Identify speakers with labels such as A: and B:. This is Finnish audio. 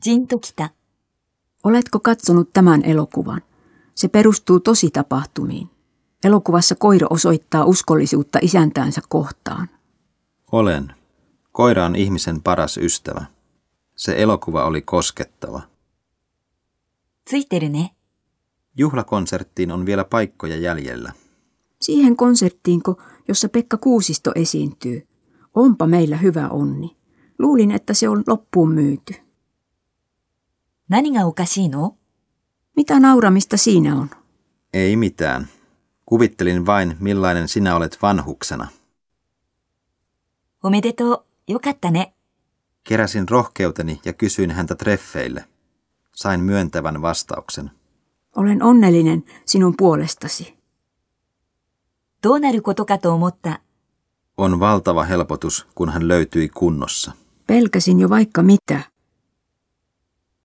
A: じんときた。
B: Oletko katsonut tämän elokuvan? Se perustuu tositapahtumiin. Elokuvassa koira osoittaa uskollisuutta isäntäänsä kohtaan.
C: Olen. Koira on ihmisen paras ystävä. Se elokuva oli koskettava.
A: ついてるね。
C: Juhlakonserttiin on vielä paikkoja jäljellä.
B: Siihen konserttiinko, jossa Pekka Kuusisto esiintyy. Onpa meillä hyvä onni. Luulin, että se on loppuun myyty.
A: 何がおかしいの
B: Mitä nauramista siinä on?
C: Ei mitään. Kuvittelin vain, millainen sinä olet vanhuksena.
A: おめでとう。よかったね。
C: Keräsin rohkeuteni ja kysyin häntä treffeille. Sain myöntävän vastauksen.
B: Olen onnellinen sinun puolestasi.
A: どうなることかと思った。
C: On valtava helpotus, kun hän löytyi kunnossa.
B: Pelkäsin jo vaikka mitä.